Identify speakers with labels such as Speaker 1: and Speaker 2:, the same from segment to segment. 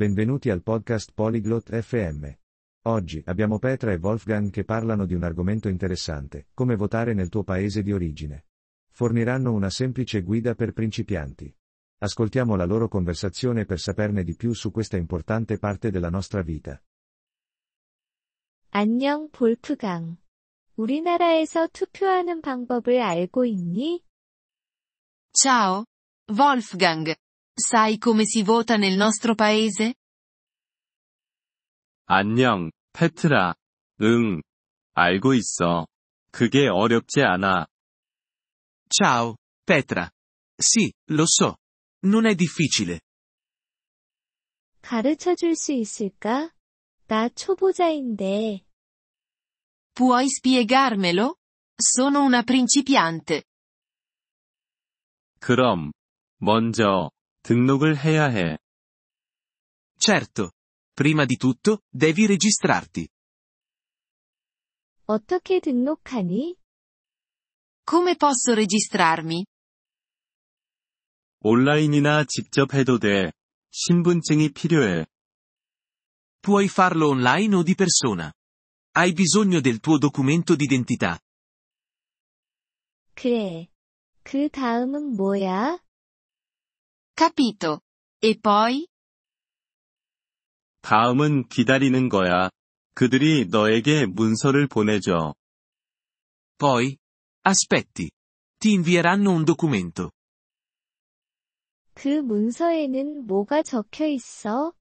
Speaker 1: Benvenuti al podcast Polyglot FM. Oggi abbiamo Petra e Wolfgang che parlano di un argomento interessante, come votare nel tuo paese di origine. Forniranno una semplice guida per principianti. Ascoltiamo la loro conversazione per saperne di più su questa importante parte della nostra vita.
Speaker 2: 안녕, 볼프강. 우리나라에서 투표하는 방법을 알고 있니?
Speaker 3: Ciao. Wolfgang. Sai come si vota nel nostro paese?
Speaker 4: 안녕, 페트라. 응. 알고 있어. 그게 어렵지 않아.
Speaker 5: Ciao, Petra. Sì, lo so. Non è difficile.
Speaker 2: 가르쳐 줄 수 있을까? 나 초보자인데.
Speaker 3: Puoi spiegarmelo? Sono una principiante.
Speaker 4: 그럼, 먼저, 등록을 해야 해.
Speaker 5: Certo. Prima di tutto, devi registrarti.
Speaker 2: 어떻게 등록하니?
Speaker 3: Come posso registrarmi?
Speaker 4: 온라인이나 직접 해도 돼. 신분증이 필요해.
Speaker 5: Puoi farlo online o di persona. Hai bisogno del tuo documento d'identità.
Speaker 2: 그래. 그 다음은 뭐야?
Speaker 3: Capito. E poi?
Speaker 4: 다음은 기다리는 거야. 그들이 너에게 문서를 보내줘.
Speaker 5: Poi? Aspetti. Ti invieranno un documento.
Speaker 2: 그 문서에는 뭐가 적혀 있어?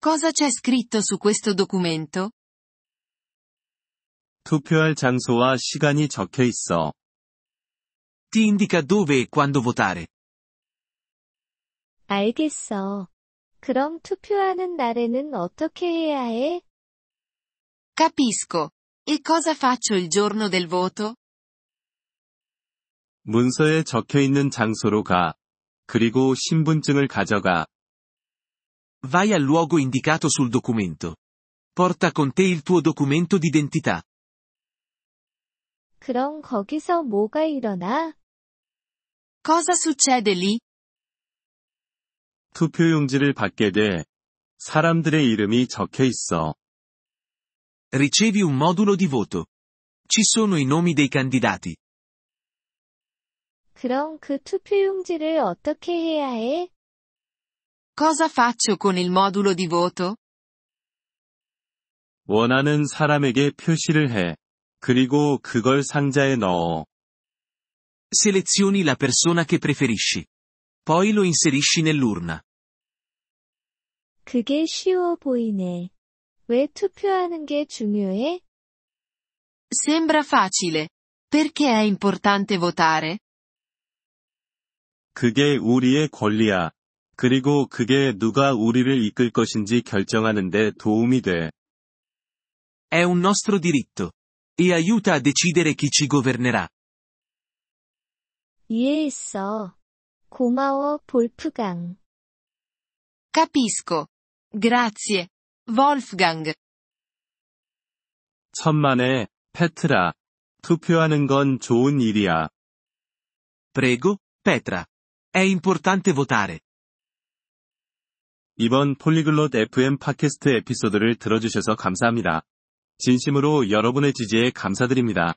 Speaker 3: Cosa c'è scritto su questo documento?
Speaker 4: 투표할 장소와 시간이 적혀 있어.
Speaker 5: Ti indica dove e quando votare.
Speaker 2: 알겠어. 그럼 투표하는 날에는 어떻게 해야 해?
Speaker 3: Capisco. E cosa faccio il giorno del voto?
Speaker 4: 문서에 적혀 있는 장소로 가. 그리고 신분증을 가져가.
Speaker 5: Vai al luogo indicato sul documento. Porta con te il tuo documento d'identità.
Speaker 2: 그럼 거기서 뭐가 일어나?
Speaker 3: Cosa succede lì?
Speaker 4: 투표용지를 받게 돼. 사람들의 이름이 적혀 있어.
Speaker 5: Ricevi un modulo di voto. Ci sono i nomi dei candidati.
Speaker 2: 그럼 그 투표용지를 어떻게 해야 해?
Speaker 3: Cosa faccio con il modulo di voto?
Speaker 4: 원하는 사람에게 표시를 해. 그리고 그걸 상자에 넣어.
Speaker 5: Selezioni la persona che preferisci. Poi lo inserisci nell'urna.
Speaker 2: 그게 쉬워 보이네. 왜 투표하는 게 중요해?
Speaker 3: Sembra facile. Perché è importante votare?
Speaker 4: 그게 우리의 권리야. 그리고 그게 누가 우리를 이끌 것인지 결정하는데 도움이 돼.
Speaker 5: È un nostro diritto. E aiuta a decidere chi ci governerà.
Speaker 2: 이해했어. 고마워, 볼프강.
Speaker 3: Capisco. Grazie. Wolfgang.
Speaker 4: 천만에, 페트라. 투표하는 건 좋은 일이야.
Speaker 5: Prego, Petra. È importante votare.
Speaker 4: 이번 폴리글롯 FM 팟캐스트 에피소드를 들어주셔서 감사합니다. 진심으로 여러분의 지지에 감사드립니다.